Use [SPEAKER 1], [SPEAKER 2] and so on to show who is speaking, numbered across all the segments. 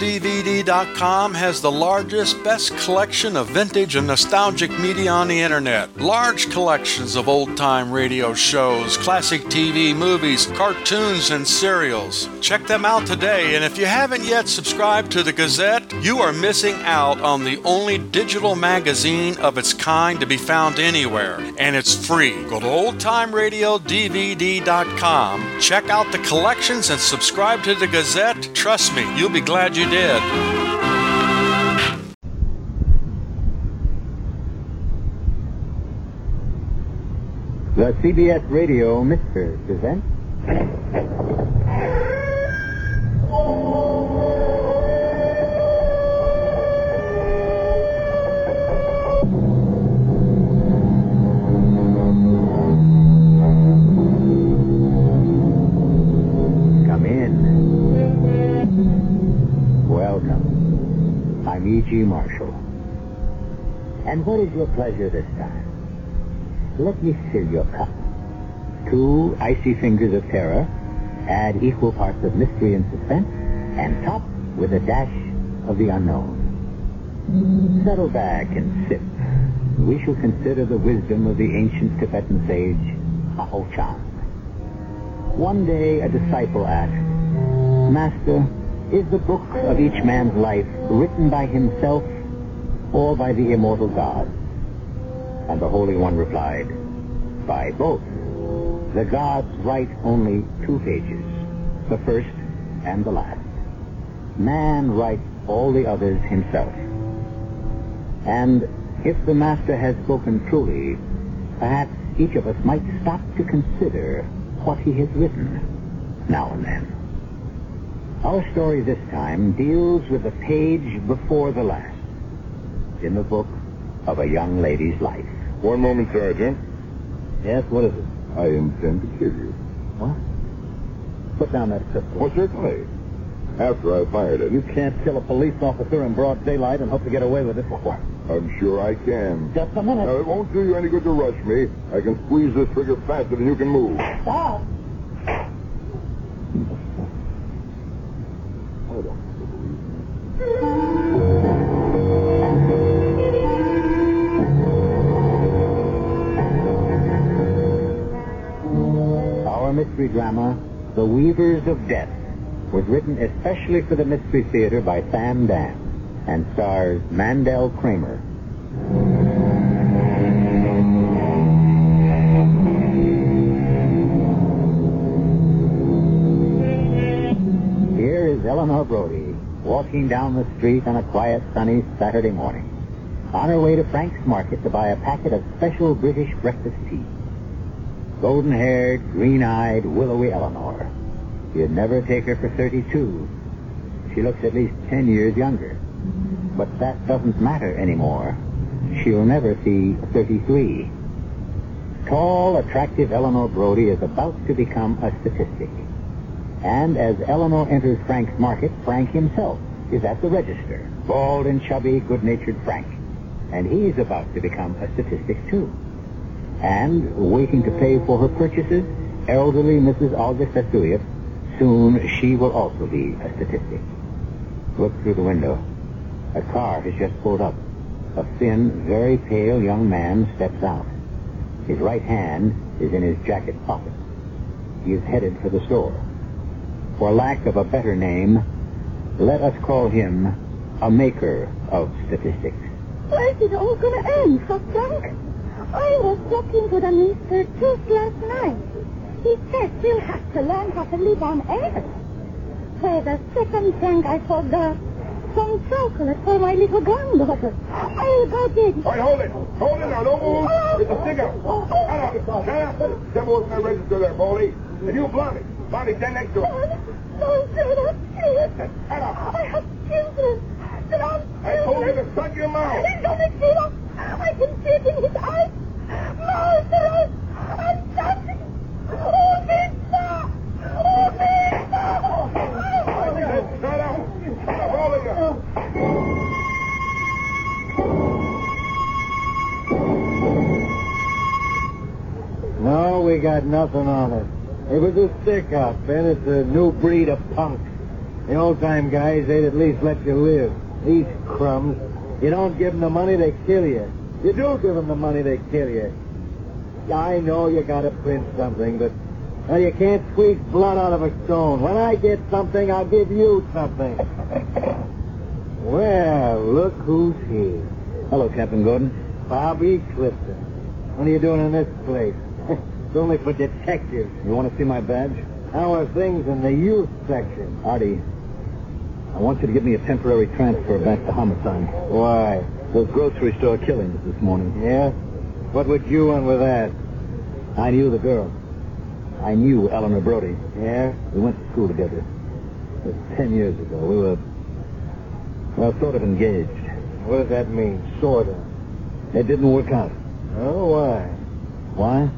[SPEAKER 1] OldTimeRadioDVD.com has the largest, best collection of vintage and nostalgic media on the internet. Large collections of old time radio shows, classic TV, movies, cartoons, and serials. Check them out today, and if you haven't yet subscribed to the Gazette, you are missing out on the only digital magazine of its kind to be found anywhere, and it's free. Go to OldTimeRadioDVD.com, check out the collections, and subscribe to the Gazette. Trust me, you'll be glad you did.
[SPEAKER 2] The CBS Radio Mister presents. Come in. Welcome. I'm E.G. Marshall. And what is your pleasure this time? Let me fill your cup. Two icy fingers of terror, add equal parts of mystery and suspense, and top with a dash of the unknown. Settle back and sip. We shall consider the wisdom of the ancient Tibetan sage, Aho Chan. One day a disciple asked, Master, is the book of each man's life written by himself or by the immortal God? And the Holy One replied, By both. The gods write only two pages, the first and the last. Man writes all the others himself. And if the Master has spoken truly, perhaps each of us might stop to consider what he has written now and then. Our story this time deals with the page before the last in the book of a young lady's life.
[SPEAKER 3] One moment, Sergeant.
[SPEAKER 2] Yes, what is it?
[SPEAKER 3] I intend to kill you.
[SPEAKER 2] What? Put down that pistol.
[SPEAKER 3] Well, certainly. After I fired it.
[SPEAKER 2] You can't kill a police officer in broad daylight and hope to get away with it. What?
[SPEAKER 3] I'm sure I can.
[SPEAKER 2] Just a minute.
[SPEAKER 3] Now, it won't do you any good to rush me. I can squeeze this trigger faster than you can move.
[SPEAKER 2] Stop. Our mystery drama, The Weavers of Death, was written especially for the Mystery Theater by Sam Dan and stars Mandel Kramer. Here is Eleanor Brody walking down the street on a quiet, sunny Saturday morning, on her way to Frank's Market to buy a packet of special British breakfast tea. Golden haired, green eyed, willowy Eleanor. You'd never take her for 32. She looks at least 10 years younger. But that doesn't matter anymore. She'll never see 33. Tall, attractive Eleanor Brody is about to become a statistic. And as Eleanor enters Frank's market, Frank himself is at the register. Bald and chubby, good-natured Frank. And he's about to become a statistic, too. And, waiting to pay for her purchases, elderly Mrs. August Asturias, soon she will also be a statistic. Look through the window. A car has just pulled up. A thin, very pale young man steps out. His right hand is in his jacket pocket. He is headed for the store. For lack of a better name, let us call him a maker of statistics.
[SPEAKER 4] Where's it all going to end, huh, Frank? I was talking to the minister just last night. He said we'll have to learn how to live on air. For the second Frank, I forgot some chocolate for my little granddaughter. I got it.
[SPEAKER 3] All right, hold it. Hold it now. Don't move. It's a stick out. Shut up. Shut up. Step over to that register there, Baldy. And you, Blondie. Blondie, stand next to her.
[SPEAKER 4] Don't do that, please.
[SPEAKER 3] Shut up.
[SPEAKER 4] I have children. There are
[SPEAKER 3] I told you
[SPEAKER 4] children.
[SPEAKER 3] to shut your mouth.
[SPEAKER 4] He's gonna give up. I can see it in his eyes. Murderers! I'm something. Oh, Vista! Oh, Vista!
[SPEAKER 3] Shut up. Shut up, all of you.
[SPEAKER 2] No, we got nothing on it. It was a stick up, Ben. It's a new breed of punk. The old-time guys, they'd at least let you live. These crumbs, you don't give them the money, they kill you. You do give them the money, they kill you. I know you gotta print something, but well, you can't squeeze blood out of a stone. When I get something, I'll give you something. Well, look who's here. Hello, Captain Gordon. Bobby Clifton. What are you doing in this place? it's only for detectives. You want to see my badge? How are things in the youth section? Artie, I want you to give me a temporary transfer back to homicide. Why? Those grocery store killings this morning. Yeah? What would you want with that? I knew the girl. I knew Eleanor Brody. Yeah? We went to school together. It was ten years ago. We were, well, sort of engaged. What does that mean, sort of? It didn't work out. Oh, why? Why?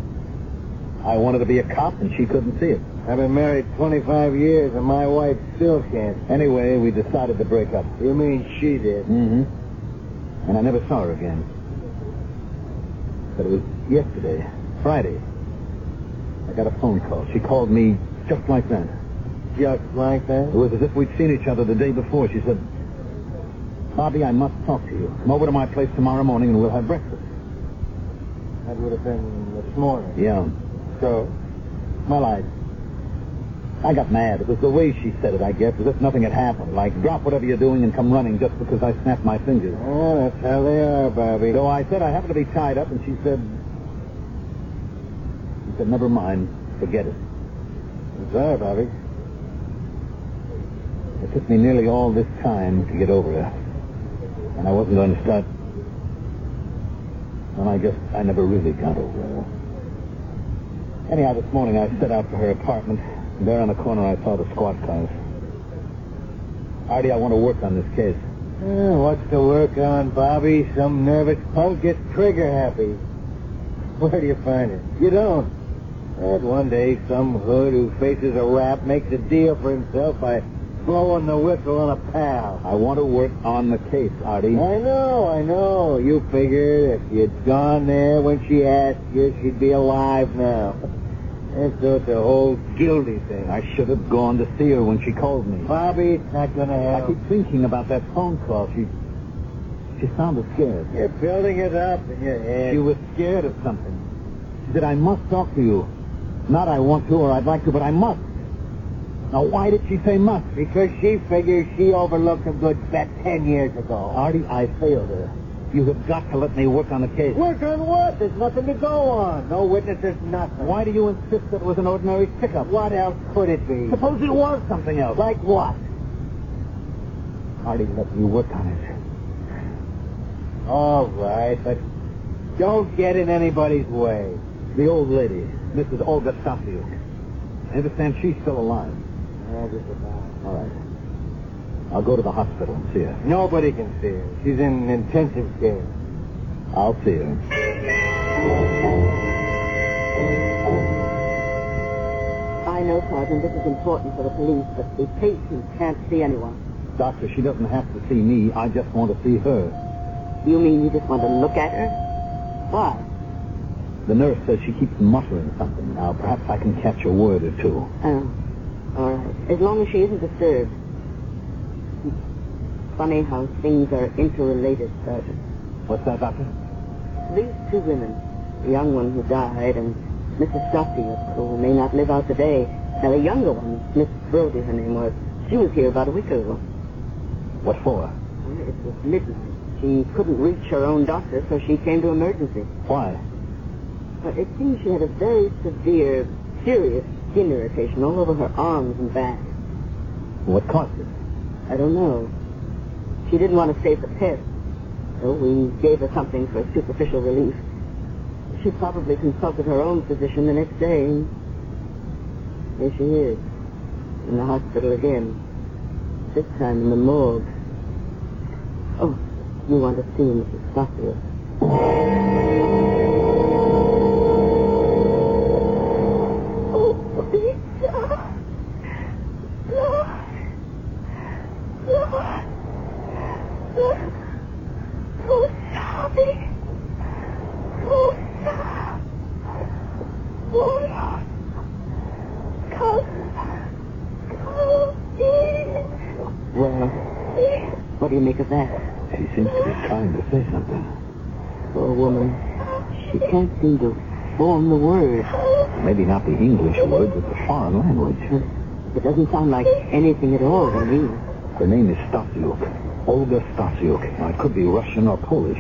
[SPEAKER 2] I wanted to be a cop, and she couldn't see it. I've been married 25 years, and my wife still can't. Anyway, we decided to break up. You mean she did? Mm-hmm. And I never saw her again. But it was yesterday, Friday. I got a phone call. She called me just like that. Just like that? It was as if we'd seen each other the day before. She said, Bobby, I must talk to you. Come over to my place tomorrow morning and we'll have breakfast. That would have been this morning. Yeah. So? Well, I... I got mad. It was the way she said it, I guess, as if nothing had happened. Like, drop whatever you're doing and come running just because I snapped my fingers. Oh, that's how they are, Bobby. So I said I happened to be tied up, and she said... She said, never mind. Forget it. I'm sorry, Bobby. It took me nearly all this time to get over it. And I wasn't going to start and I guess I never really got over her. Anyhow, this morning I set out for her apartment. There on the corner I saw the squad cars. Artie, I want to work on this case. Uh, what's to work on, Bobby? Some nervous punk gets trigger happy. Where do you find it? You don't. And one day some hood who faces a rap makes a deal for himself by blowing the whistle on a pal. I want to work on the case, Artie. I know, I know. You figure if you'd gone there when she asked you, she'd be alive now. And so it's a whole guilty thing. I should have gone to see her when she called me. Bobby, it's not going to happen. I keep thinking about that phone call. She, she sounded scared. You're building it up in your head. She was scared of something. She said, I must talk to you. Not I want to or I'd like to, but I must. Now, why did she say must? Because she figures she overlooked a good bet ten years ago. Artie, I failed her. You have got to let me work on the case. Work on what? There's nothing to go on. No witnesses, nothing. Why do you insist that it was an ordinary pickup? What else could it be? Suppose it was something else. Like what? Artie, let me work on it. All right, but don't get in anybody's way. The old lady, Mrs. Olga Safiuk. I understand she's still alive. Yeah, just about. All right. I'll go to the hospital and see her. Nobody can see her. She's in intensive care. I'll see her.
[SPEAKER 5] I know, Sergeant, this is important for the police, but the patient can't see anyone.
[SPEAKER 2] Doctor, she doesn't have to see me. I just want to see her.
[SPEAKER 5] You mean you just want to look at her? Why?
[SPEAKER 2] The nurse says she keeps muttering something. Now, perhaps I can catch a word or two.
[SPEAKER 5] Oh, all right. As long as she isn't disturbed. Funny how things are interrelated, Sergeant.
[SPEAKER 2] What's that, Doctor?
[SPEAKER 5] These two women, the young one who died and Mrs. Duffy, who may not live out the day. Now, the younger one, Miss Brody, her name was, she was here about a week ago.
[SPEAKER 2] What for?
[SPEAKER 5] It was midnight. She couldn't reach her own doctor, so she came to emergency.
[SPEAKER 2] Why?
[SPEAKER 5] But it seems she had a very severe, serious skin irritation all over her arms and back.
[SPEAKER 2] What caused it?
[SPEAKER 5] I don't know. She didn't want to save the pet, so we gave her something for superficial relief. She probably consulted her own physician the next day. and Here she is, in the hospital again. This time in the morgue. Oh, you want to see Mrs. Stockwell?
[SPEAKER 4] Oh, please, Lord. Lord. Lord. Lord. Oh, Bobby. Oh, Lord. Oh, Lord. Come. Come in.
[SPEAKER 5] Well,
[SPEAKER 4] Yes.
[SPEAKER 5] what do you make of that?
[SPEAKER 2] She seems to be trying to say something.
[SPEAKER 5] Poor woman. She can't seem to form the words.
[SPEAKER 2] Maybe not the English word, but the foreign language.
[SPEAKER 5] It doesn't sound like anything at all to me.
[SPEAKER 2] Her name is Stasiuk. Olga Stasiuk. Now, it could be Russian or Polish.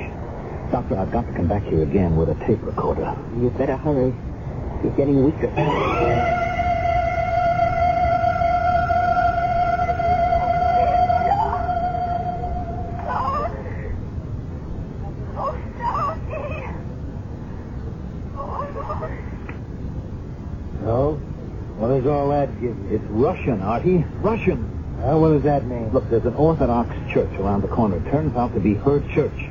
[SPEAKER 2] Doctor, I've got to come back here again with a tape recorder.
[SPEAKER 5] You better hurry. He's getting weaker.
[SPEAKER 4] Oh, Darcy. Oh, Lord.
[SPEAKER 2] Oh? What does all that give me? It's Russian, Artie. Russian. what does that mean? Look, there's an Orthodox church around the corner. It turns out to be her church.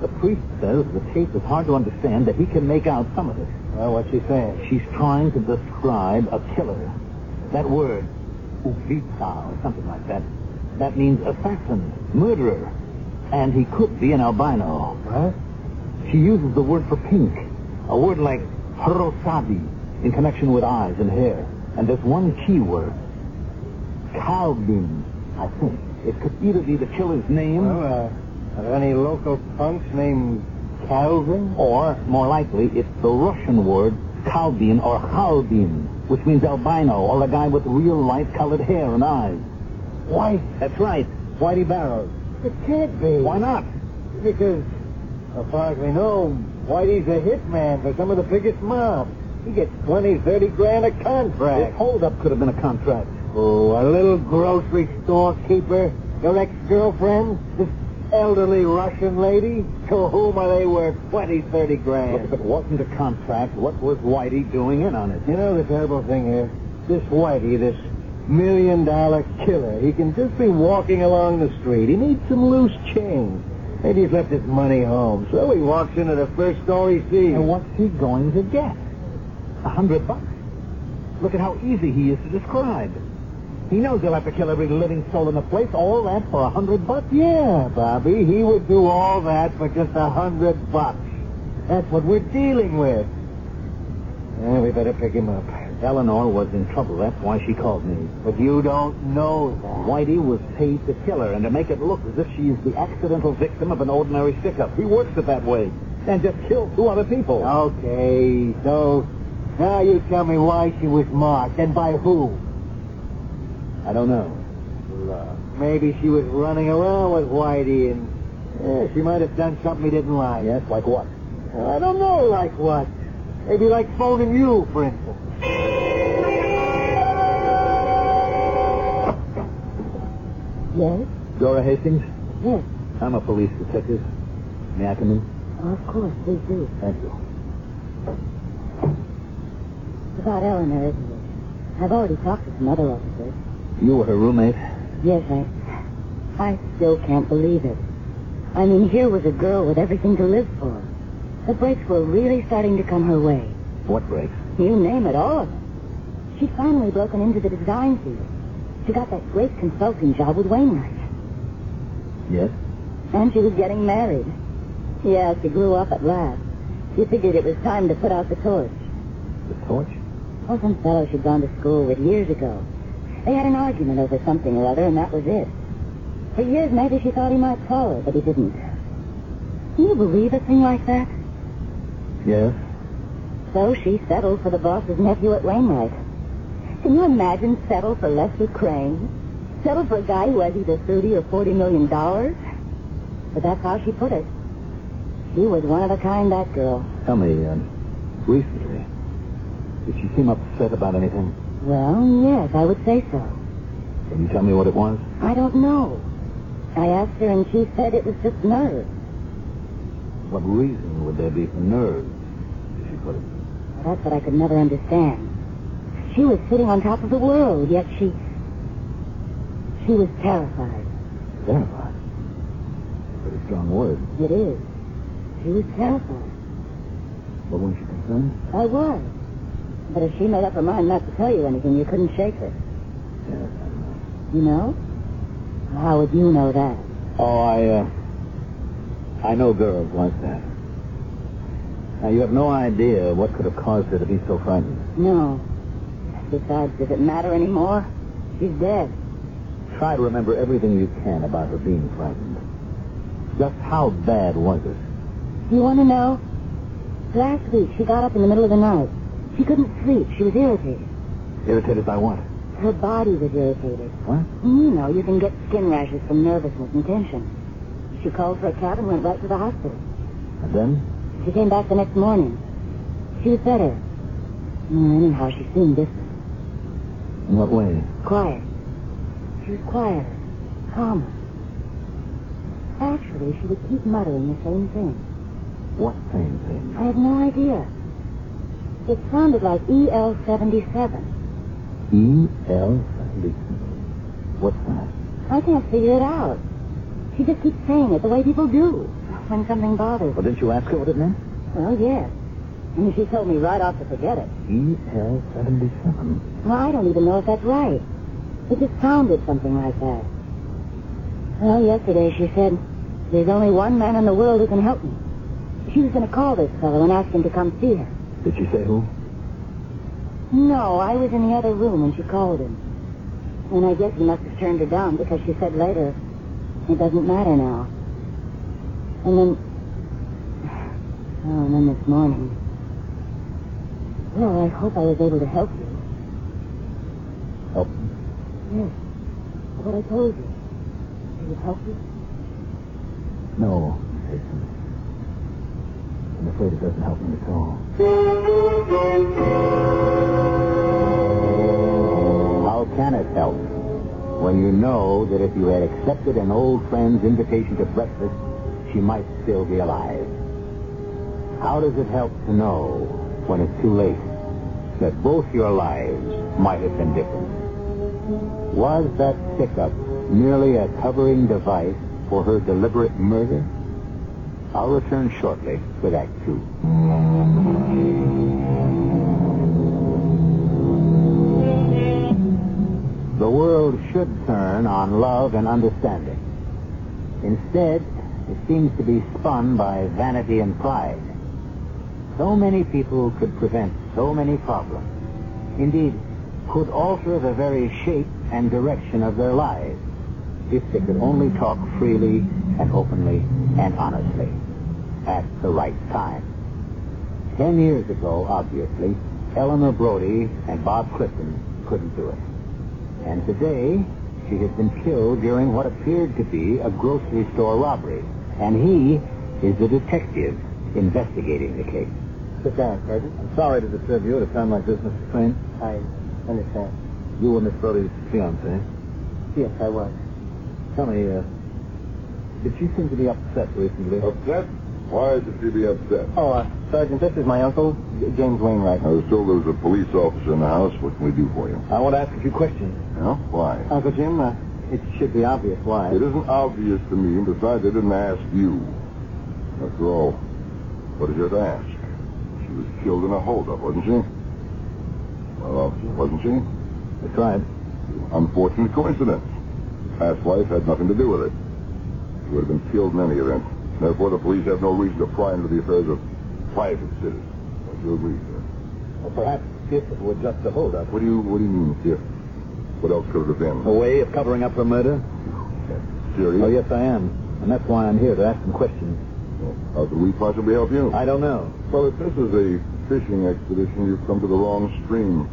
[SPEAKER 2] The priest says the tape is hard to understand, that he can make out some of it. Well, what's she saying? She's trying to describe a killer. That word, ubitsa, or something like that. That means assassin, murderer. And he could be an albino. What? She uses the word for pink, a word like horosabi in connection with eyes and hair. And there's one key word, Calvin, I think. It could either be the killer's name. uh,
[SPEAKER 6] are any local punks named
[SPEAKER 2] Calvin? Or, more likely, it's the Russian word Kalbin or Kalbin, which means albino or the guy with real life colored hair and eyes. White. That's right. Whitey Barrows.
[SPEAKER 6] It can't be.
[SPEAKER 2] Why not?
[SPEAKER 6] Because, as far as we know, Whitey's a hitman for some of the biggest mobs. He gets twenty, thirty grand a
[SPEAKER 2] This
[SPEAKER 6] contract.
[SPEAKER 2] holdup could have been a contract.
[SPEAKER 6] Oh, a little grocery storekeeper, your ex-girlfriend, this elderly Russian lady, to whom are they worth twenty, thirty
[SPEAKER 2] Look, if
[SPEAKER 6] grand?
[SPEAKER 2] it wasn't a contract, what was Whitey doing in on it?
[SPEAKER 6] You know the terrible thing here? This Whitey, this million dollar killer, he can just be walking along the street. He needs some loose change. Maybe he's left his money home, so he walks into the first store he sees.
[SPEAKER 2] And what's he going to get? A hundred bucks. Look at how easy he is to describe. He knows he'll have to kill every living soul in the place, all that for a hundred bucks.
[SPEAKER 6] Yeah, Bobby, he would do all that for just a hundred bucks. That's what we're dealing with. Eh, we better pick him up.
[SPEAKER 2] Eleanor was in trouble. That's why she called me.
[SPEAKER 6] But you don't know that.
[SPEAKER 2] Whitey was paid to kill her and to make it look as if she is the accidental victim of an ordinary stick-up. He works it that way. And just killed two other people.
[SPEAKER 6] Okay, so now you tell me why she was marked and by who.
[SPEAKER 2] I don't know.
[SPEAKER 6] Maybe she was running around with Whitey and eh, she might have done something he didn't like.
[SPEAKER 2] Yes, like what?
[SPEAKER 6] I don't know, like what? Maybe like phoning you, for instance.
[SPEAKER 5] Yes?
[SPEAKER 2] Dora Hastings,
[SPEAKER 5] Yes,
[SPEAKER 2] I'm a police detective. May I come in?
[SPEAKER 5] of course, they do.
[SPEAKER 2] Thank you.
[SPEAKER 5] It's about Eleanor, isn't it? I've already talked to some other officers.
[SPEAKER 2] You were her roommate?
[SPEAKER 5] Yes, I... I still can't believe it. I mean, here was a girl with everything to live for. The breaks were really starting to come her way.
[SPEAKER 2] What breaks?
[SPEAKER 5] You name it, all of them. She'd finally broken into the design field. She got that great consulting job with Wainwright.
[SPEAKER 2] Yes?
[SPEAKER 5] And she was getting married. Yeah, she grew up at last. She figured it was time to put out the torch.
[SPEAKER 2] The torch?
[SPEAKER 5] Oh, some fellow she'd gone to school with years ago. They had an argument over something or other, and that was it. For years, maybe she thought he might call her, but he didn't. Can you believe a thing like that?
[SPEAKER 2] Yes.
[SPEAKER 5] So she settled for the boss's nephew at Wainwright. Can you imagine settle for Lester Crane? Settle for a guy who has either thirty or forty million dollars? But that's how she put it. She was one of a kind, that girl.
[SPEAKER 2] Tell me, um, recently, did she seem upset about anything?
[SPEAKER 5] Well, yes, I would say so.
[SPEAKER 2] Can you tell me what it was?
[SPEAKER 5] I don't know. I asked her, and she said it was just nerves.
[SPEAKER 2] What reason would there be for nerves, if you put it?
[SPEAKER 5] That's what I could never understand. She was sitting on top of the world, yet she. She was terrified.
[SPEAKER 2] Terrified. Pretty strong word.
[SPEAKER 5] It is. She was terrified.
[SPEAKER 2] But weren't you concerned?
[SPEAKER 5] I was. But if she made up her mind not to tell you anything, you couldn't shake her.
[SPEAKER 2] Yes.
[SPEAKER 5] You know? How would you know that?
[SPEAKER 2] Oh, I, uh, I know girls like that. Now, you have no idea what could have caused her to be so frightened.
[SPEAKER 5] No. Besides, does it matter anymore? She's dead.
[SPEAKER 2] Try to remember everything you can about her being frightened. Just how bad was it?
[SPEAKER 5] You want to know? Last week, she got up in the middle of the night. She couldn't sleep. She was irritated.
[SPEAKER 2] Irritated by what?
[SPEAKER 5] Her body was irritated.
[SPEAKER 2] What?
[SPEAKER 5] You know, you can get skin rashes from nervousness and tension. She called for a cab and went right to the hospital.
[SPEAKER 2] And then?
[SPEAKER 5] She came back the next morning. She was better. Mm, Anyhow, she seemed different.
[SPEAKER 2] In what way?
[SPEAKER 5] Quiet. She was quieter, calmer. Actually, she would keep muttering the same thing.
[SPEAKER 2] What same thing?
[SPEAKER 5] I had no idea. It sounded like E EL-77.
[SPEAKER 2] E L What's that?
[SPEAKER 5] I can't figure it out. She just keeps saying it the way people do when something bothers
[SPEAKER 2] Well,
[SPEAKER 5] them.
[SPEAKER 2] didn't you ask her what it meant?
[SPEAKER 5] Well, yes. And she told me right off to forget it.
[SPEAKER 2] E L seventy seven.
[SPEAKER 5] Well, I don't even know if that's right. It just sounded something like that. Well, yesterday she said, there's only one man in the world who can help me. She was going to call this fellow and ask him to come see her.
[SPEAKER 2] Did she say who?
[SPEAKER 5] No, I was in the other room when she called him. And I guess he must have turned her down because she said later, it doesn't matter now. And then, oh, and then this morning. Well, I hope I was able to help you.
[SPEAKER 2] Help.
[SPEAKER 5] Yes. What I told you. Did it help you?
[SPEAKER 2] No, Jason. I'm afraid it doesn't help me at all. How can it help? When you know that if you had accepted an old friend's invitation to breakfast, she might still be alive. How does it help to know, when it's too late, that both your lives might have been different? Was that pickup merely a covering device for her deliberate murder? I'll return shortly with Act Two. The world should turn on love and understanding. Instead, it seems to be spun by vanity and pride. So many people could prevent so many problems. Indeed, could alter the very shape and direction of their lives if they could only talk freely and openly and honestly at the right time. Ten years ago, obviously, Eleanor Brody and Bob Clifton couldn't do it. And today, she has been killed during what appeared to be a grocery store robbery. And he is the detective investigating the case.
[SPEAKER 7] Sit down, Sergeant.
[SPEAKER 2] I'm sorry to disturb you at a time like this, Mr. Crane.
[SPEAKER 7] I understand.
[SPEAKER 2] You were Miss Brody's fiance.
[SPEAKER 7] Yes, I was.
[SPEAKER 2] Tell me, uh, did she seem to be upset recently?
[SPEAKER 3] Upset? Why should she be upset?
[SPEAKER 7] Oh, uh, Sergeant, this is my uncle, J- James Wainwright.
[SPEAKER 3] I was told there was a police officer in the house. What can we do for you?
[SPEAKER 2] I want to ask a few questions.
[SPEAKER 3] Huh? Why?
[SPEAKER 7] Uncle Jim, uh,
[SPEAKER 2] It should be obvious why.
[SPEAKER 3] It isn't obvious to me, and besides, I didn't ask you. After all, what is there to ask? She was killed in a holdup, wasn't she? Well, officer, wasn't she?
[SPEAKER 2] That's right.
[SPEAKER 3] Unfortunate coincidence. Past life had nothing to do with it. She would have been killed in any event. Therefore, the police have no reason to pry into the affairs of private citizens. Don't you agree, sir?
[SPEAKER 2] Well, perhaps if it were just a holdup,
[SPEAKER 3] What do you What do you mean, if? What else could it have been?
[SPEAKER 2] a way of covering up her murder.
[SPEAKER 3] Serious?
[SPEAKER 2] Oh, yes, I am. And that's why I'm here to ask some questions.
[SPEAKER 3] How could we possibly help you?
[SPEAKER 2] I don't know.
[SPEAKER 3] Well, if this is a fishing expedition, you've come to the wrong stream.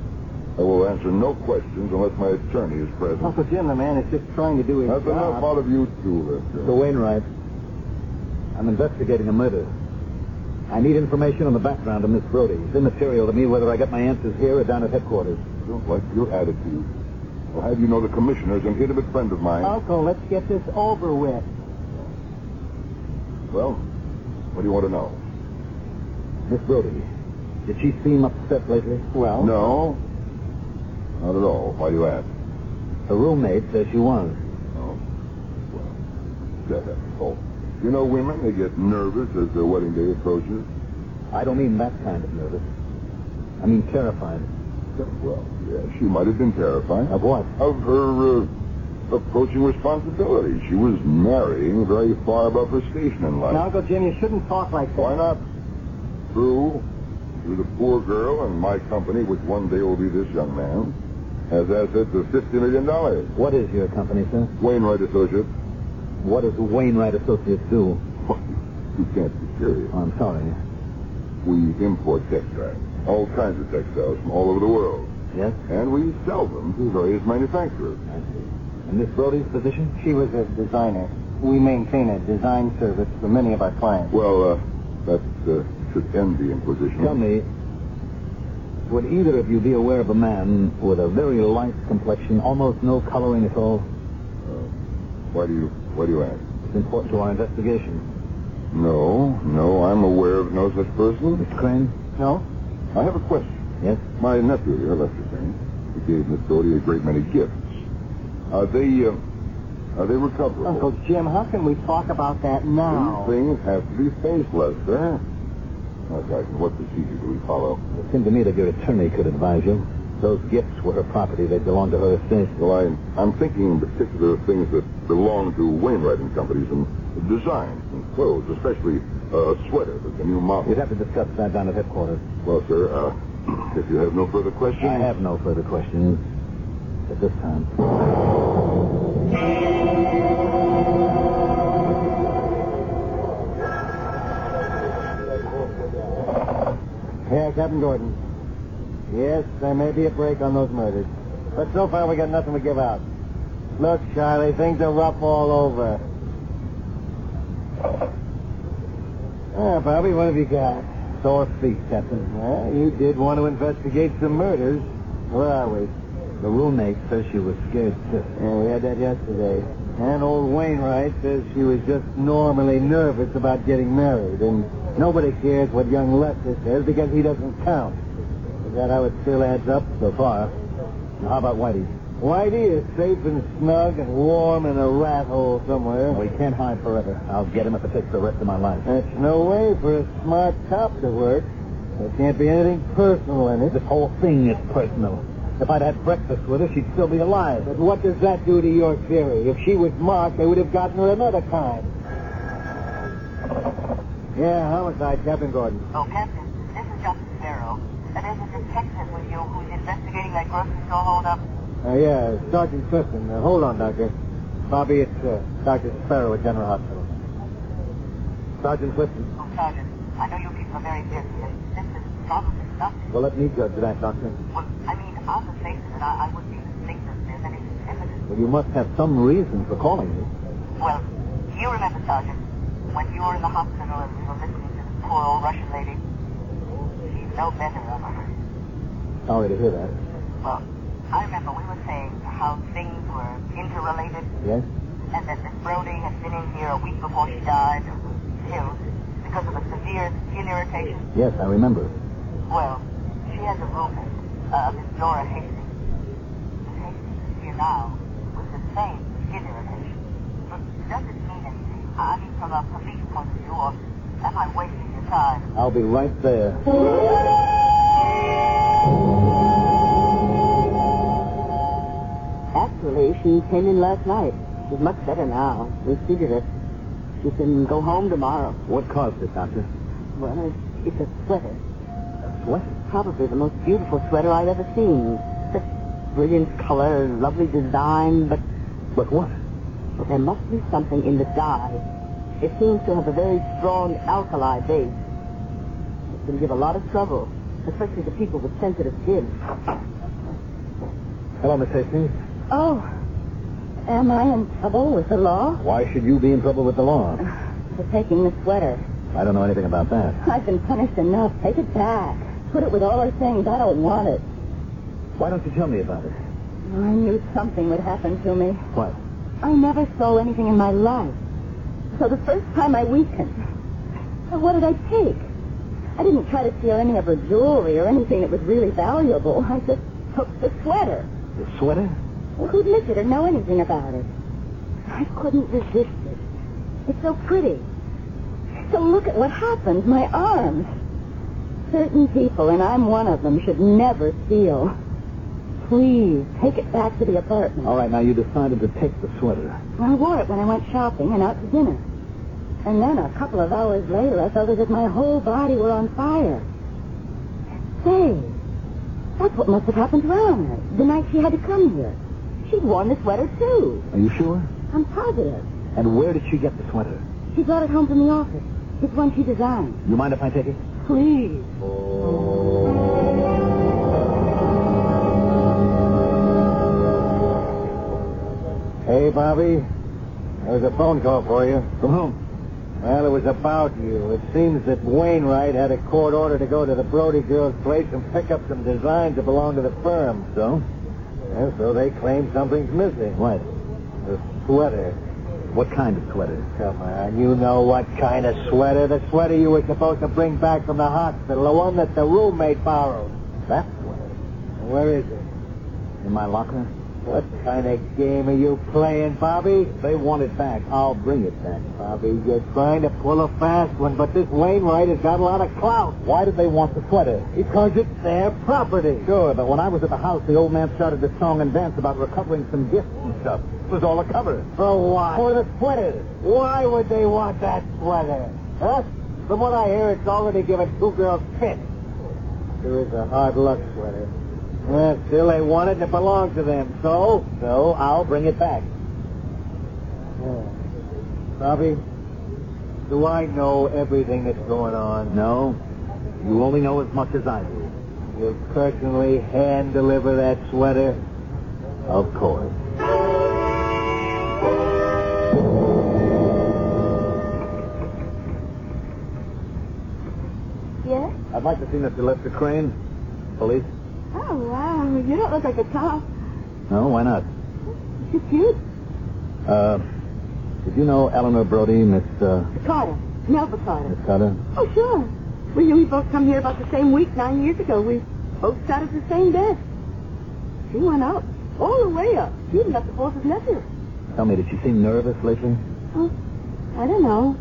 [SPEAKER 3] I will answer no questions unless my attorney is present.
[SPEAKER 7] Uncle Jim, the man is just trying to do his
[SPEAKER 3] That's enough
[SPEAKER 7] job.
[SPEAKER 3] out of you two, Lester.
[SPEAKER 2] Mr. Wainwright, I'm investigating a murder. I need information on the background of Miss Brody. It's immaterial to me whether I get my answers here or down at headquarters.
[SPEAKER 3] I don't like your attitude. I'll have you know the commissioner's an intimate friend of mine.
[SPEAKER 7] Uncle, let's get this over with.
[SPEAKER 3] Well, what do you want to know?
[SPEAKER 2] Miss Brody, did she seem upset lately?
[SPEAKER 7] Well,
[SPEAKER 3] No? Not at all. Why do you ask?
[SPEAKER 2] Her roommate says she was.
[SPEAKER 3] Oh. Well, that happens. Oh. You know women, they get nervous as their wedding day approaches.
[SPEAKER 2] I don't mean that kind of nervous. I mean terrified.
[SPEAKER 3] Well, yeah, she might have been terrified.
[SPEAKER 2] Of what?
[SPEAKER 3] of her uh, approaching responsibility. She was marrying very far above her station in life.
[SPEAKER 7] now, Uncle Jim, you shouldn't talk like that.
[SPEAKER 3] Why not? True. She was a poor girl in my company, which one day will be this young man. Has assets of $50 million.
[SPEAKER 2] What is your company, sir?
[SPEAKER 3] Wainwright Associates.
[SPEAKER 2] What does Wainwright Associates do? Oh,
[SPEAKER 3] What? You can't be serious.
[SPEAKER 2] I'm sorry.
[SPEAKER 3] We import textiles, all kinds of textiles from all over the world.
[SPEAKER 2] Yes?
[SPEAKER 3] And we sell them to various manufacturers.
[SPEAKER 2] And Miss Brody's position? She was a designer. We maintain a design service for many of our clients.
[SPEAKER 3] Well, uh, that uh, should end the inquisition.
[SPEAKER 2] Tell me, would either of you be aware of a man with a very light complexion, almost no coloring at all?
[SPEAKER 3] Uh, Why do you, why do you ask?
[SPEAKER 2] It's important to our investigation.
[SPEAKER 3] No, no, I'm aware of no such person.
[SPEAKER 2] Miss Crane? No.
[SPEAKER 3] I have a question.
[SPEAKER 2] Yes?
[SPEAKER 3] My nephew here, Lester Crane, he gave Miss Doty a great many gifts. Are they, uh, are they recoverable?
[SPEAKER 8] Uncle Jim, how can we talk about that now?
[SPEAKER 3] These things have to be faceless, huh? Now, Jackson, what procedure do we follow?
[SPEAKER 2] It seemed to me that your attorney could advise you. Those gifts were her property. They belonged to her estate.
[SPEAKER 3] Well, I, I'm thinking in particular of things that belong to Wainwright and companies and designs and clothes, especially uh, a sweater that's a new model.
[SPEAKER 2] You'd have to discuss that down at headquarters.
[SPEAKER 3] Well, sir, uh, if you have no further questions.
[SPEAKER 2] I have no further questions at this time.
[SPEAKER 9] Yeah, Captain Gordon. Yes, there may be a break on those murders. But so far we got nothing to give out. Look, Charlie, things are rough all over. Ah, Bobby, what have you got?
[SPEAKER 2] Sore feet, Captain.
[SPEAKER 9] Well, you did want to investigate some murders. Where are we?
[SPEAKER 2] The roommate says she was scared stiff.
[SPEAKER 9] Yeah, we had that yesterday. And old Wainwright says she was just normally nervous about getting married, and nobody cares what young Lester says because he doesn't count. Is that how it still adds up?
[SPEAKER 2] So far. Now, how about Whitey?
[SPEAKER 9] Whitey is safe and snug and warm in a rat hole somewhere.
[SPEAKER 2] We can't hide forever. I'll get him if it takes the rest of my life.
[SPEAKER 9] That's no way for a smart cop to work. There can't be anything personal in it.
[SPEAKER 2] This whole thing is personal. If I'd had breakfast with her, she'd still be alive.
[SPEAKER 9] But what does that do to your theory? If she was marked, they would have gotten her another kind. Yeah, homicide, Captain Gordon.
[SPEAKER 8] Oh, Captain, this is Justice Farrell. And there's a detective with you who's investigating that grocery store holdup.
[SPEAKER 9] Uh, yeah, Sergeant Clifton. Uh, hold on, Doctor. Bobby, it's uh, Dr. Sparrow at General Hospital. Sergeant Clifton.
[SPEAKER 8] Oh, Sergeant, I know you people are very busy, and this is probably nothing.
[SPEAKER 2] Well, let me judge that, Doctor.
[SPEAKER 8] Well, I mean, on the face of it, I, I wouldn't even think that there's any evidence.
[SPEAKER 2] Well, you must have some reason for calling me.
[SPEAKER 8] Well, you remember, Sergeant, when you were in the hospital and we were listening to the poor old Russian lady? She's no better of her.
[SPEAKER 2] Sorry to hear that.
[SPEAKER 8] Well, I remember we were saying how things were interrelated
[SPEAKER 2] Yes?
[SPEAKER 8] and that Miss Brody had been in here a week before she died and was killed because of a severe skin irritation.
[SPEAKER 2] Yes, I remember.
[SPEAKER 8] Well, she has a roommate, uh, Miss Dora Hastings. Miss Hastings is here now with the same skin irritation. But does it mean anything? I mean, from a police point of view, or am I wasting your time?
[SPEAKER 2] I'll be right there.
[SPEAKER 8] Actually, she came in last night. She's much better now. We figured it. She can go home tomorrow.
[SPEAKER 2] What caused it, Doctor?
[SPEAKER 8] Well, it's, it's a sweater.
[SPEAKER 2] What?
[SPEAKER 8] Probably the most beautiful sweater I've ever seen. Such brilliant color, lovely design, but
[SPEAKER 2] But what?
[SPEAKER 8] but there must be something in the dye. It seems to have a very strong alkali base. It can give a lot of trouble, especially to people with sensitive skin.
[SPEAKER 2] Hello, Miss Hastings.
[SPEAKER 5] Oh, am I in trouble with the law
[SPEAKER 2] Why should you be in trouble with the law?
[SPEAKER 5] for taking the sweater?
[SPEAKER 2] I don't know anything about that.
[SPEAKER 5] I've been punished enough. Take it back. Put it with all her things. I don't want it.
[SPEAKER 2] Why don't you tell me about it?
[SPEAKER 5] I knew something would happen to me.
[SPEAKER 2] What?
[SPEAKER 5] I never stole anything in my life. So the first time I weakened. Well, what did I take? I didn't try to steal any of her jewelry or anything that was really valuable. I just took the sweater.
[SPEAKER 2] The sweater?
[SPEAKER 5] Well, who'd miss it or know anything about it? I couldn't resist it. It's so pretty. So look at what happened. My arms. Certain people, and I'm one of them, should never steal. Please, take it back to the apartment.
[SPEAKER 2] All right, now you decided to take the sweater.
[SPEAKER 5] I wore it when I went shopping and out to dinner. And then a couple of hours later, I felt as if my whole body were on fire. Say, That's what must have happened to Eleanor the night she had to come here. She'd worn the sweater, too.
[SPEAKER 2] Are you sure?
[SPEAKER 5] I'm positive.
[SPEAKER 2] And where did she get the sweater?
[SPEAKER 5] She brought it home from the office. It's one she designed.
[SPEAKER 2] You mind if I take it?
[SPEAKER 5] Please.
[SPEAKER 2] Hey, Bobby. There's a phone call for you. From whom? Well, it was about you. It seems that Wainwright had a court order to go to the Brody girl's place and pick up some designs that belong to the firm. So? And so they claim something's missing. What? The sweater. What kind of sweater? Come on, you know what kind of sweater. The sweater you were supposed to bring back from the hospital. The one that the roommate borrowed. That sweater? Where is it? In my locker. What kind of game are you playing, Bobby? If they want it back, I'll bring it back. Bobby, you're trying to pull a fast one, but this Wainwright has got a lot of clout. Why do they want the sweater? Because it's their property. Sure, but when I was at the house, the old man started this song and dance about recovering some gifts and stuff. It was all a cover. For what? For the sweater. Why would they want that sweater? Huh? From what I hear, it's already given two girls fits. There is a hard luck sweater. Well, still, they want it and it belonged to them. So? So, I'll bring it back. Oh. Bobby, do I know everything that's going on? No. You only know as much as I do. You'll personally hand deliver that sweater? Of course.
[SPEAKER 5] Yes?
[SPEAKER 2] I'd like to see Mr. Lester Crane. Police?
[SPEAKER 5] Oh, wow. You don't look like a cop.
[SPEAKER 2] No, why not?
[SPEAKER 5] She's cute.
[SPEAKER 2] Uh, did you know Eleanor Brody, Miss, uh,
[SPEAKER 5] Carter. Melba Carter.
[SPEAKER 2] Miss Carter?
[SPEAKER 5] Oh, sure. We, we both come here about the same week nine years ago. We both sat at the same desk. She went up, all the way up. She even got the boss's nephew.
[SPEAKER 2] Tell me, did she seem nervous lately?
[SPEAKER 5] Well, I don't know.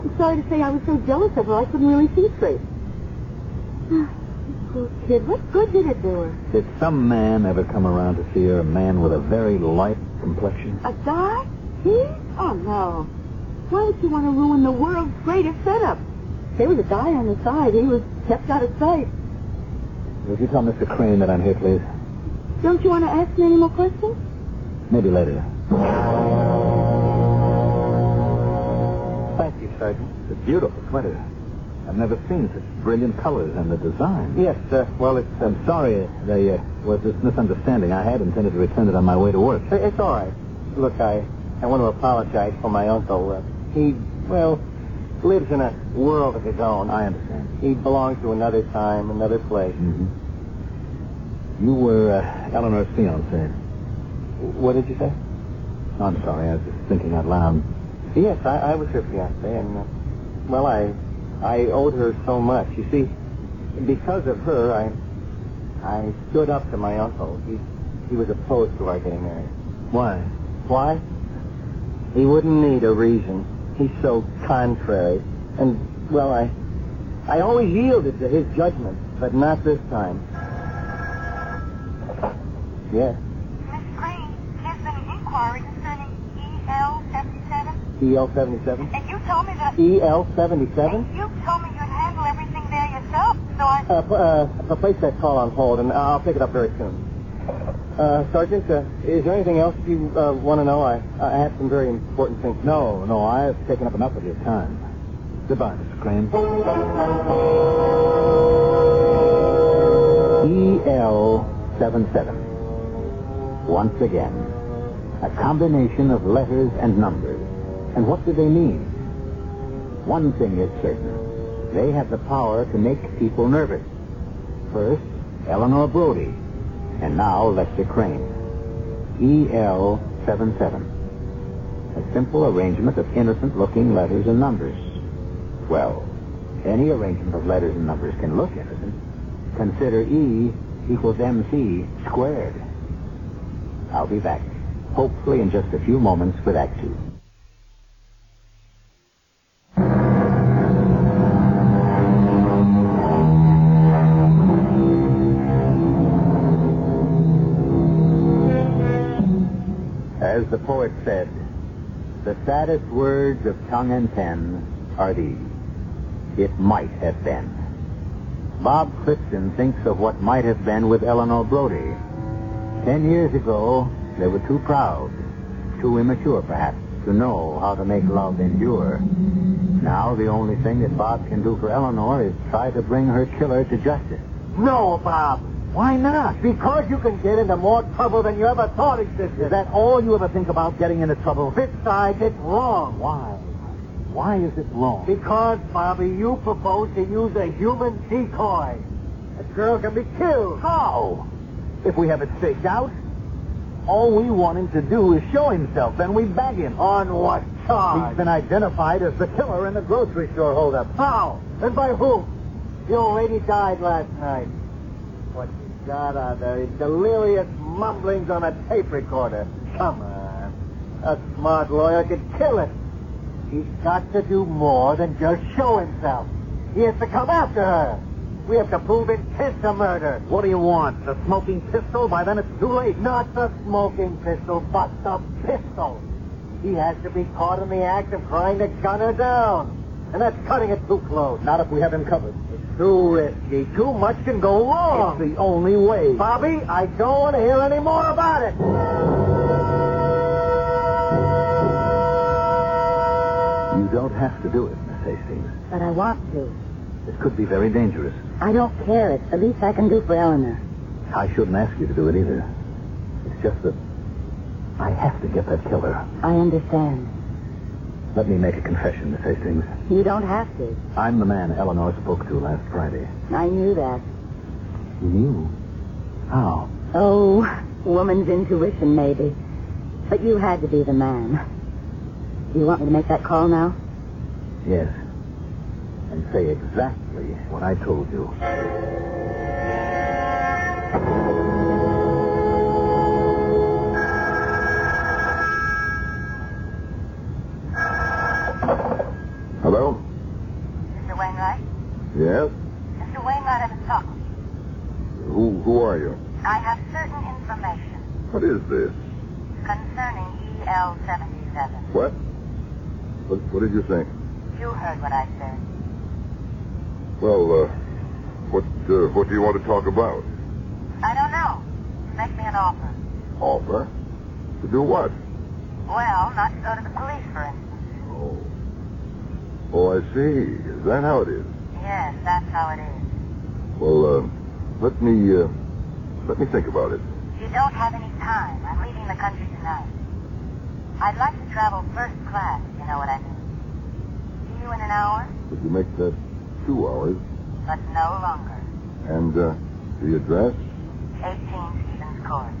[SPEAKER 5] I'm sorry to say I was so jealous of her I couldn't really see straight. Poor kid, what good did it do her?
[SPEAKER 2] Did some man ever come around to see her, a man with a very light complexion?
[SPEAKER 5] A guy? He? Oh, no. Why would you want to ruin the world's greatest setup? There was a guy on the side. He was kept out of sight.
[SPEAKER 2] Would you tell Mr. Crane that I'm here, please?
[SPEAKER 5] Don't you want to ask me any more questions?
[SPEAKER 2] Maybe later. Thank you, Sergeant. It's a beautiful sweater. I've never seen such brilliant colors and the design. Yes, uh, well, it's... I'm sorry. There uh, was this misunderstanding. I had intended to return it on my way to work. It's all right. Look, I, I want to apologize for my uncle. Uh, he, well, lives in a world of his own. I understand. He belongs to another time, another place. Mm-hmm. You were uh, Eleanor's fiancé. What did you say? Oh, I'm sorry. I was just thinking out loud. Yes, I, I was her fiance, and uh, well, I I owed her so much. You see, because of her, I I stood up to my uncle. He he was opposed to our getting married. Why? Why? He wouldn't need a reason. He's so contrary, and well, I I always yielded to his judgment, but not this time. Yes,
[SPEAKER 8] Miss Green, there's been an inquiry concerning E EL seventy-seven,
[SPEAKER 2] EL E seventy seven.
[SPEAKER 8] and you told me
[SPEAKER 5] E
[SPEAKER 8] that.
[SPEAKER 2] EL seventy seven.
[SPEAKER 8] You told me you'd handle everything there yourself, so I.
[SPEAKER 2] Uh, p- uh, p- place that call on hold, and I'll pick it up very soon. Uh, Sergeant, uh, is there anything else you uh, want to know? I, I have some very important things. No, no, I've taken up enough of your time. Goodbye, Mr. Crane.
[SPEAKER 10] E EL 77. Once again, a combination of letters and numbers. And what do they mean? One thing is certain. They have the power to make people nervous. First, Eleanor Brody, and now Lester Crane. E EL 77. A simple arrangement of innocent looking letters and numbers. Well, any arrangement of letters and numbers can look innocent. Consider E equals MC squared. I'll be back, hopefully in just a few moments with Act Two.
[SPEAKER 2] As the poet said,
[SPEAKER 10] The saddest words of tongue and pen are these. It might have been.
[SPEAKER 2] Bob Clifton thinks of what might have been with Eleanor Brody. Ten years ago, they were too proud, too immature perhaps, to know how to make love endure. Now the only thing that Bob can do for Eleanor is try to bring her killer to justice.
[SPEAKER 6] No, Bob.
[SPEAKER 2] Why not?
[SPEAKER 6] Because you can get into more trouble than you ever thought existed.
[SPEAKER 2] Is that all you ever think about getting into trouble?
[SPEAKER 6] Besides, it's wrong.
[SPEAKER 2] Why? Why is it wrong?
[SPEAKER 6] Because, Bobby, you propose to use a human decoy. A girl can be killed.
[SPEAKER 2] How? If we have it staked out, all we want him to do is show himself, then we bag him.
[SPEAKER 6] On what charge?
[SPEAKER 2] He's been identified as the killer in the grocery store holdup.
[SPEAKER 6] How? And by whom? The old lady died last night. What you got are the delirious mumblings on a tape recorder. Come on. A smart lawyer could kill it. He's got to do more than just show himself. He has to come after her. We have to prove it is a murder.
[SPEAKER 2] What do you want? The smoking pistol? By then it's too late.
[SPEAKER 6] Not the smoking pistol, but the pistol. He has to be caught in the act of trying to gun her down. And that's cutting it too close.
[SPEAKER 2] Not if we have him covered.
[SPEAKER 6] It's too risky. Too much can go wrong.
[SPEAKER 2] It's the only way.
[SPEAKER 6] Bobby, I don't want to hear any more about it.
[SPEAKER 2] You don't have to do it, Miss Hastings.
[SPEAKER 5] But I want to.
[SPEAKER 2] This could be very dangerous.
[SPEAKER 5] I don't care. It's the least I can do for Eleanor.
[SPEAKER 2] I shouldn't ask you to do it either. It's just that I have to get that killer.
[SPEAKER 5] I understand.
[SPEAKER 2] Let me make a confession, Miss Hastings.
[SPEAKER 5] You don't have to.
[SPEAKER 2] I'm the man Eleanor spoke to last Friday.
[SPEAKER 5] I knew that.
[SPEAKER 2] You knew? How?
[SPEAKER 5] Oh, woman's intuition, maybe. But you had to be the man. Do you want me to make that call now?
[SPEAKER 2] Yes. And say exactly what I told you.
[SPEAKER 3] Hello?
[SPEAKER 8] Mr. Wainwright?
[SPEAKER 3] Yes?
[SPEAKER 8] Mr. Wainwright of the Talk.
[SPEAKER 3] Who who are you?
[SPEAKER 8] I have certain information
[SPEAKER 3] What is this?
[SPEAKER 8] concerning E EL 77.
[SPEAKER 3] What? What, what did you think?
[SPEAKER 8] You heard what I said.
[SPEAKER 3] Well, uh, what uh, what do you want to talk about?
[SPEAKER 8] I don't know. Make me an offer.
[SPEAKER 3] Offer? To do what?
[SPEAKER 8] Well, not to go to the police, for instance.
[SPEAKER 3] Oh. Oh, I see. Is that how it is?
[SPEAKER 8] Yes, that's how it is.
[SPEAKER 3] Well, uh, let me uh, let me think about it.
[SPEAKER 8] You don't have any time. I'm leaving the country tonight. I'd like to travel first class, if you know what I mean. See you in an hour,
[SPEAKER 3] Could you make that two hours?
[SPEAKER 8] but no longer.
[SPEAKER 3] And uh, the address
[SPEAKER 8] 18 Stevens Court.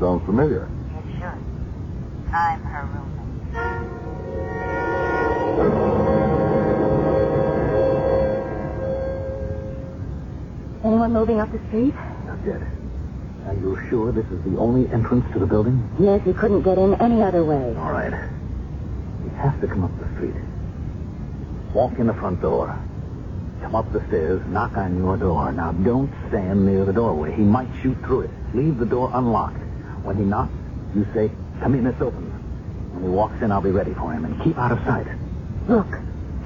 [SPEAKER 3] sounds familiar.
[SPEAKER 8] It should. I'm her roommate.
[SPEAKER 5] Anyone moving up the street?
[SPEAKER 2] Not yet. Are you sure this is the only entrance to the building?
[SPEAKER 5] Yes, he couldn't get in any other way.
[SPEAKER 2] All right. We have to come up the street. Walk in the front door. Come up the stairs, knock on your door. Now, don't stand near the doorway. He might shoot through it. Leave the door unlocked. When he knocks, you say, Come in, it's open. When he walks in, I'll be ready for him. And keep out of sight.
[SPEAKER 5] Look,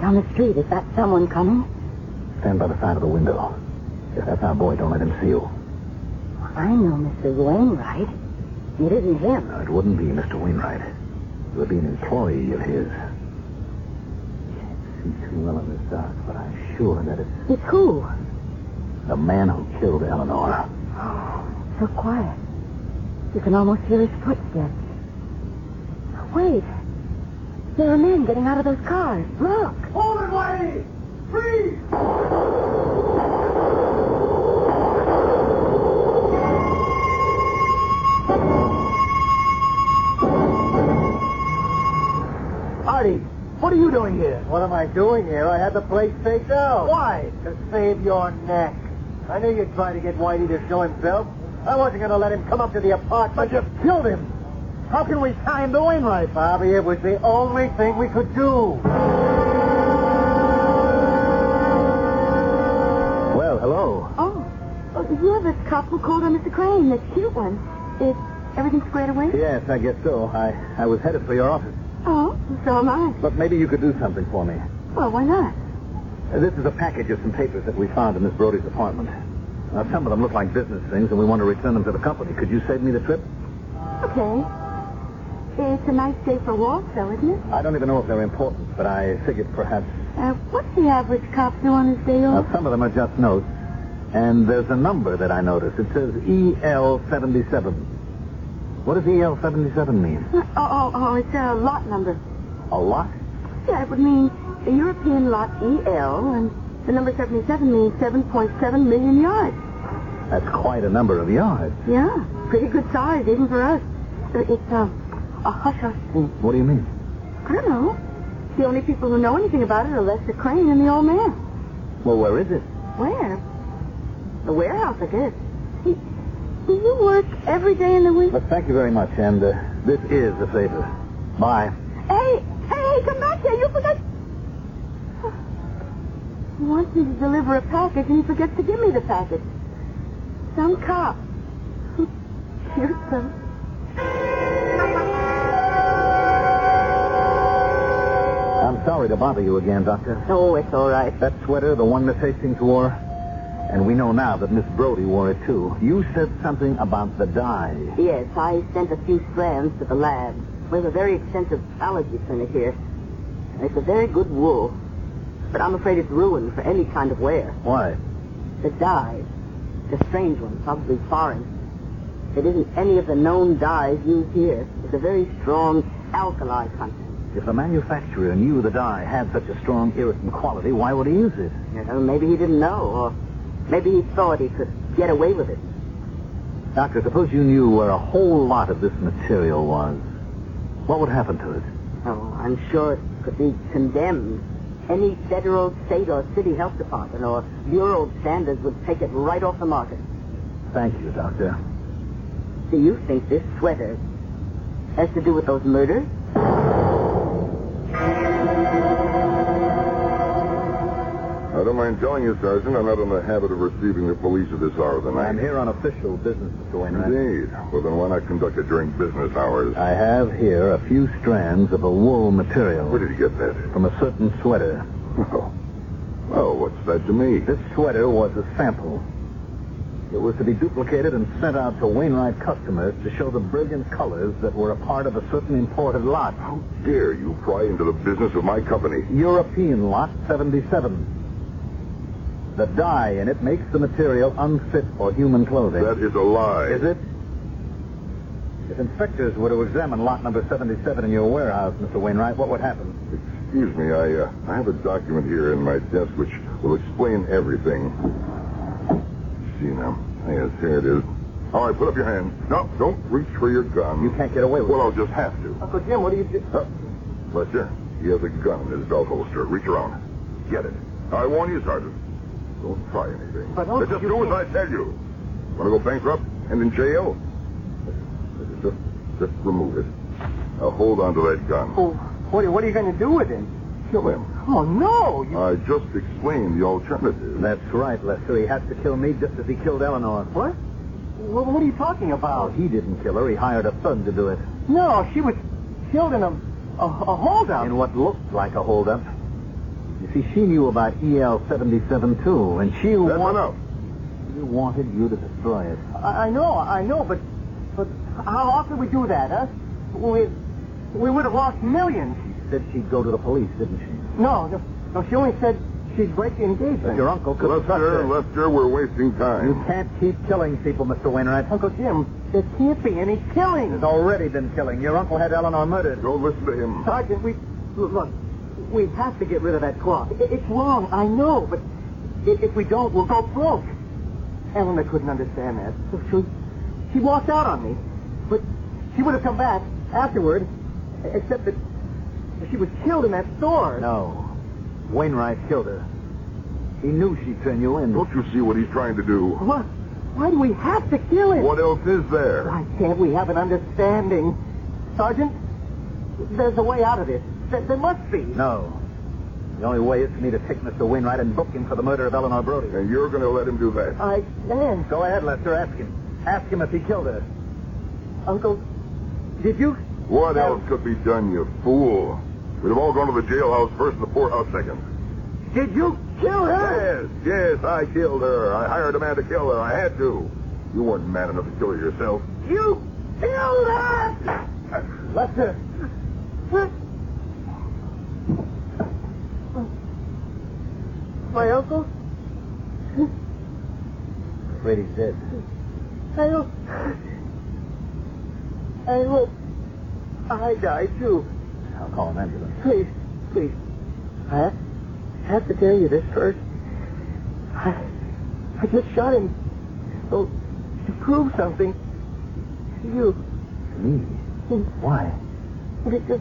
[SPEAKER 5] down the street. Is that someone coming?
[SPEAKER 2] Stand by the side of the window. If that's our boy, don't let him see you.
[SPEAKER 5] I know Mr. Wainwright. It isn't him.
[SPEAKER 2] No, it wouldn't be Mr. Wainwright. It would be an employee of his. Can't see too well in this dark, but I'm sure that it's
[SPEAKER 5] It's who?
[SPEAKER 2] the man who killed Eleanor.
[SPEAKER 5] So quiet. You can almost hear his footsteps. Wait. There are men getting out of those cars. Look.
[SPEAKER 6] Hold it, lady! Freeze!
[SPEAKER 2] Artie, what are you doing here?
[SPEAKER 6] What am I doing here? I had the place staked out.
[SPEAKER 2] Why?
[SPEAKER 6] To save your neck. I knew you'd try to get Whitey to show himself. I wasn't going to let him come up to the apartment.
[SPEAKER 2] But you
[SPEAKER 6] killed him. How can we tie him to Wainwright? Bobby, it was the only thing we could do.
[SPEAKER 2] Well, hello.
[SPEAKER 4] Oh, oh you're the cop who called on Mr. Crane, the cute one. Is everything squared away?
[SPEAKER 2] Yes, I guess so. I, I was headed for your office.
[SPEAKER 4] Oh, so am I.
[SPEAKER 2] But maybe you could do something for me. Uh,
[SPEAKER 4] Well, why not?
[SPEAKER 2] This is a package of some papers that we found in Miss Brody's apartment. Now, some of them look like business things, and we want to return them to the company. Could you save me the trip?
[SPEAKER 4] Okay. It's a nice day for walk, though, isn't it?
[SPEAKER 2] I don't even know if they're important, but I figured perhaps.
[SPEAKER 4] Uh, what's the average cop do on his day off?
[SPEAKER 2] Now, some of them are just notes, and there's a number that I noticed. It says E EL77. What does E EL77 mean?
[SPEAKER 4] Uh, oh, oh, oh, it's a lot number.
[SPEAKER 2] A lot?
[SPEAKER 4] Yeah, it would mean the European lot EL, and the number 77 means 7.7 million yards.
[SPEAKER 2] That's quite a number of yards.
[SPEAKER 4] Yeah, pretty good size, even for us. Uh, It's a, a hush-hush thing.
[SPEAKER 2] What do you mean?
[SPEAKER 4] I don't know. The only people who know anything about it are Lester Crane and the old man.
[SPEAKER 2] Well, where is it?
[SPEAKER 4] Where? The warehouse, I guess. Do do you work every day in the week?
[SPEAKER 2] But thank you very much, and uh, this is a favor. Bye.
[SPEAKER 4] Hey, hey, hey, come back here. You forgot. He wants me to deliver a package, and he forgets to give me the package. Some cop. You're so...
[SPEAKER 2] I'm sorry to bother you again, Doctor.
[SPEAKER 5] Oh, it's all right.
[SPEAKER 2] That sweater, the one Miss Hastings wore, and we know now that Miss Brody wore it too. You said something about the dye.
[SPEAKER 5] Yes, I sent a few strands to the lab. We have a very extensive allergy clinic here. And It's a very good wool, but I'm afraid it's ruined for any kind of wear.
[SPEAKER 2] Why?
[SPEAKER 5] The dye, the strange one, probably foreign. It isn't any of the known dyes used here. It's a very strong alkali content.
[SPEAKER 2] If the manufacturer knew the dye had such a strong irritant quality, why would he use it?
[SPEAKER 5] You know, maybe he didn't know, or maybe he thought he could get away with it.
[SPEAKER 2] Doctor, suppose you knew where a whole lot of this material was. What would happen to it?
[SPEAKER 5] Oh, I'm sure it could be condemned. Any federal, state, or city health department or Bureau of Standards would take it right off the market.
[SPEAKER 2] Thank you, Doctor.
[SPEAKER 5] Do you think this sweater has to do with those murders?
[SPEAKER 3] I don't mind telling you, Sergeant, I'm not in the habit of receiving the police at this hour of the night.
[SPEAKER 2] I'm here on official business, Mr. Wainwright.
[SPEAKER 3] Indeed. Well, then why not conduct it during business hours?
[SPEAKER 2] I have here a few strands of a wool material
[SPEAKER 3] Where did you get that?
[SPEAKER 2] from a certain sweater.
[SPEAKER 3] Oh. Well, what's that to me?
[SPEAKER 2] This sweater was a sample. It was to be duplicated and sent out to Wainwright customers to show the brilliant colors that were a part of a certain imported lot.
[SPEAKER 3] How dare you pry into the business of my company?
[SPEAKER 2] European Lot 77. The dye in it makes the material unfit for human clothing.
[SPEAKER 3] That is a lie.
[SPEAKER 2] Is it? If inspectors were to examine lot number 77 in your warehouse, Mr. Wainwright, what would happen?
[SPEAKER 3] Excuse me, I, uh, I have a document here in my desk which will explain everything. See now. Yes, here it is. All right, put up your hands. No, don't reach for your gun.
[SPEAKER 2] You can't get away with
[SPEAKER 3] Well,
[SPEAKER 2] it.
[SPEAKER 3] I'll just have to.
[SPEAKER 6] Uncle Jim, what do you do?
[SPEAKER 3] Huh. Lester, he has a gun in his belt holster. Reach around. Get it. I warn you, Sergeant. Don't try anything.
[SPEAKER 6] But, Uncle,
[SPEAKER 3] just
[SPEAKER 6] you
[SPEAKER 3] do
[SPEAKER 6] can't-
[SPEAKER 3] as I tell you. Want to go bankrupt and in jail? Just, just remove it. Now hold on to that gun.
[SPEAKER 6] Oh, what, what are you going to do with him?
[SPEAKER 3] Kill him.
[SPEAKER 6] Oh, no. You...
[SPEAKER 3] I just explained the alternative.
[SPEAKER 2] That's right, Lester. He has to kill me just as he killed Eleanor.
[SPEAKER 6] What? What, what are you talking
[SPEAKER 2] Oh,
[SPEAKER 6] about?
[SPEAKER 2] he didn't kill her. He hired a thug to do it.
[SPEAKER 6] No, she was killed in a, a, a holdup.
[SPEAKER 2] In what looked like a holdup. You see, she knew about EL 77 too, and she
[SPEAKER 3] That's
[SPEAKER 2] wa-
[SPEAKER 3] enough.
[SPEAKER 2] she wanted you to destroy it.
[SPEAKER 6] I, I know, I know, but but how, how could we do that, huh? We we would have lost millions.
[SPEAKER 2] She said she'd go to the police, didn't she?
[SPEAKER 6] No, no, no she only said she'd break the engagement.
[SPEAKER 2] But your uncle could trust
[SPEAKER 3] Lester,
[SPEAKER 2] her.
[SPEAKER 3] Lester, we're wasting
[SPEAKER 2] You
[SPEAKER 3] time.
[SPEAKER 2] can't keep killing people, Mr. Wainwright.
[SPEAKER 6] Uncle Jim, there can't be any
[SPEAKER 2] There's
[SPEAKER 6] killing.
[SPEAKER 2] already been killing. Your uncle had Eleanor murdered.
[SPEAKER 3] Don't listen to him.
[SPEAKER 6] Sergeant, we look. We have to get rid of that clock. I- It's wrong, I know, but i- if we don't, we'll go broke. Eleanor couldn't understand that. So she, she walked out on me, but she would have come back afterward, except that she was killed in that store.
[SPEAKER 2] No. Wainwright killed her. He knew she'd turn you in.
[SPEAKER 3] Don't you see what he's trying to do?
[SPEAKER 6] What? Why do we have to kill him?
[SPEAKER 3] What else is there?
[SPEAKER 6] Why can't we have an understanding? Sergeant, there's a way out of this. There, there must be.
[SPEAKER 2] No. The only way is for me to take Mr. Wainwright and book him for the murder of Eleanor Brody.
[SPEAKER 3] And you're going to let him do that?
[SPEAKER 6] I stand.
[SPEAKER 2] Go ahead, Lester. Ask him. Ask him if he killed her.
[SPEAKER 6] Uncle, did you?
[SPEAKER 3] What
[SPEAKER 6] Uh,
[SPEAKER 3] else could be done, you fool? We'd have all gone to the jailhouse first and the poorhouse second.
[SPEAKER 6] Did you kill her?
[SPEAKER 3] Yes, yes, I killed her. I hired a man to kill her. I had to. You weren't man enough to kill her yourself.
[SPEAKER 6] You killed her! Lester.
[SPEAKER 5] My uncle?
[SPEAKER 6] Afraid he's dead.
[SPEAKER 5] I don't. I hope I die too.
[SPEAKER 6] I'll call an ambulance.
[SPEAKER 5] Please, please. I have- have to tell you this first. I, I just shot him. Oh, to prove something. To you.
[SPEAKER 6] Me? Why?
[SPEAKER 5] Because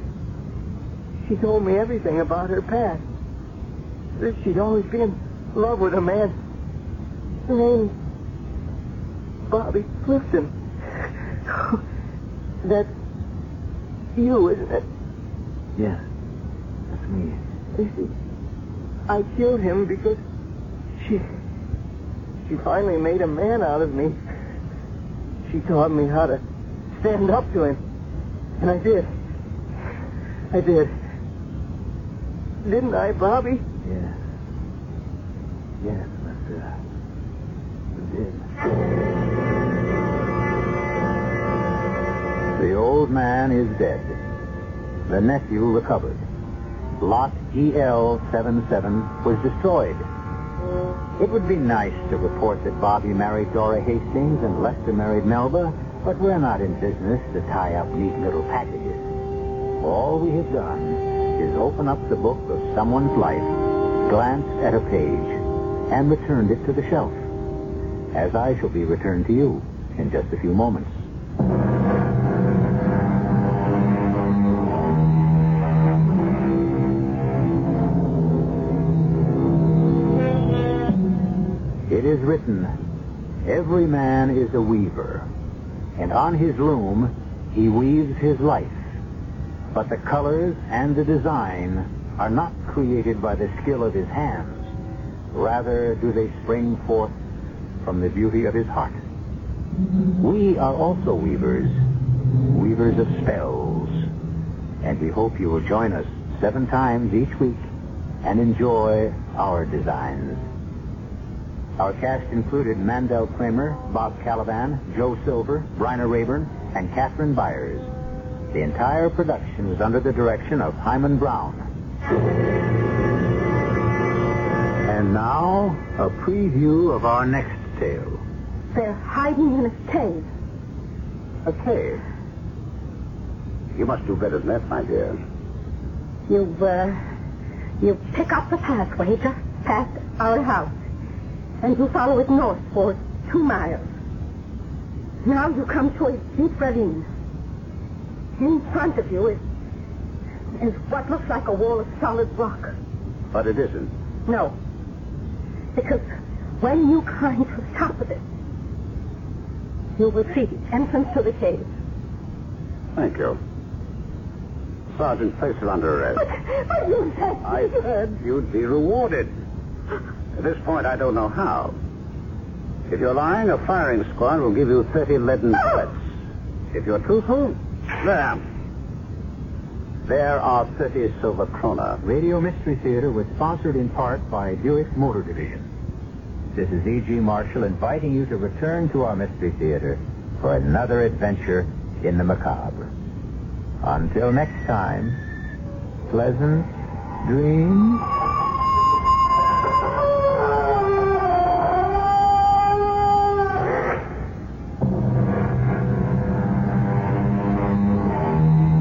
[SPEAKER 5] she told me everything about her past. That she'd always been in love with a man named Bobby Clifton. That's you, isn't it?
[SPEAKER 6] Yeah. That's me.
[SPEAKER 5] I killed him because she she finally made a man out of me. She taught me how to stand up to him. And I did. I did. Didn't I, Bobby?
[SPEAKER 6] Yes. Yes, Lester. You did.
[SPEAKER 2] The old man is dead. The nephew recovered. Lot GL77 was destroyed. It would be nice to report that Bobby married Dora Hastings and Lester married Melba, but we're not in business to tie up neat little packages. All we have done is open up the book of someone's life, glanced at a page, and returned it to the shelf, as I shall be returned to you in just a few moments. It is written, Every man is a weaver, and on his loom he weaves his life. But the colors and the design are not created by the skill of his hands. Rather do they spring forth from the beauty of his heart. We are also weavers, weavers of spells. And we hope you will join us seven times each week and enjoy our designs. Our cast included Mandel Kramer, Bob Caliban, Joe Silver, Bryna Rayburn, and Catherine Byers. The entire production was under the direction of Hyman Brown. And now, a preview of our next tale.
[SPEAKER 4] They're hiding in a cave.
[SPEAKER 2] A cave. You must do better than that, my dear.
[SPEAKER 4] You, uh, you pick up the pathway just past our house, and you follow it north for two miles. Now you come to a deep ravine. In front of you is, is what looks like a wall of solid rock.
[SPEAKER 2] But it isn't.
[SPEAKER 4] No. Because when you climb to the top of it, you will see the entrance to the cave.
[SPEAKER 2] Thank you. Sergeant, place her under arrest.
[SPEAKER 4] But you said...
[SPEAKER 2] I said you'd be rewarded. At this point, I don't know how. If you're lying, a firing squad will give you 30 leaden bullets. If you're truthful, there. There are 30 silver krona. Radio Mystery Theater was sponsored in part by Buick Motor Division. This is E.G. Marshall inviting you to return to our Mystery Theater for another adventure in the macabre. Until next time, pleasant dreams.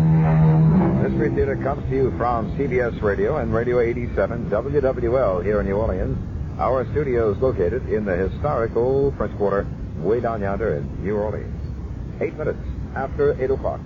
[SPEAKER 11] Mystery Theater comes to you from CBS Radio and Radio 87 WWL here in New Orleans. Our studio is located in the historical French Quarter, way down yonder in New Orleans. Eight minutes after 8 o'clock.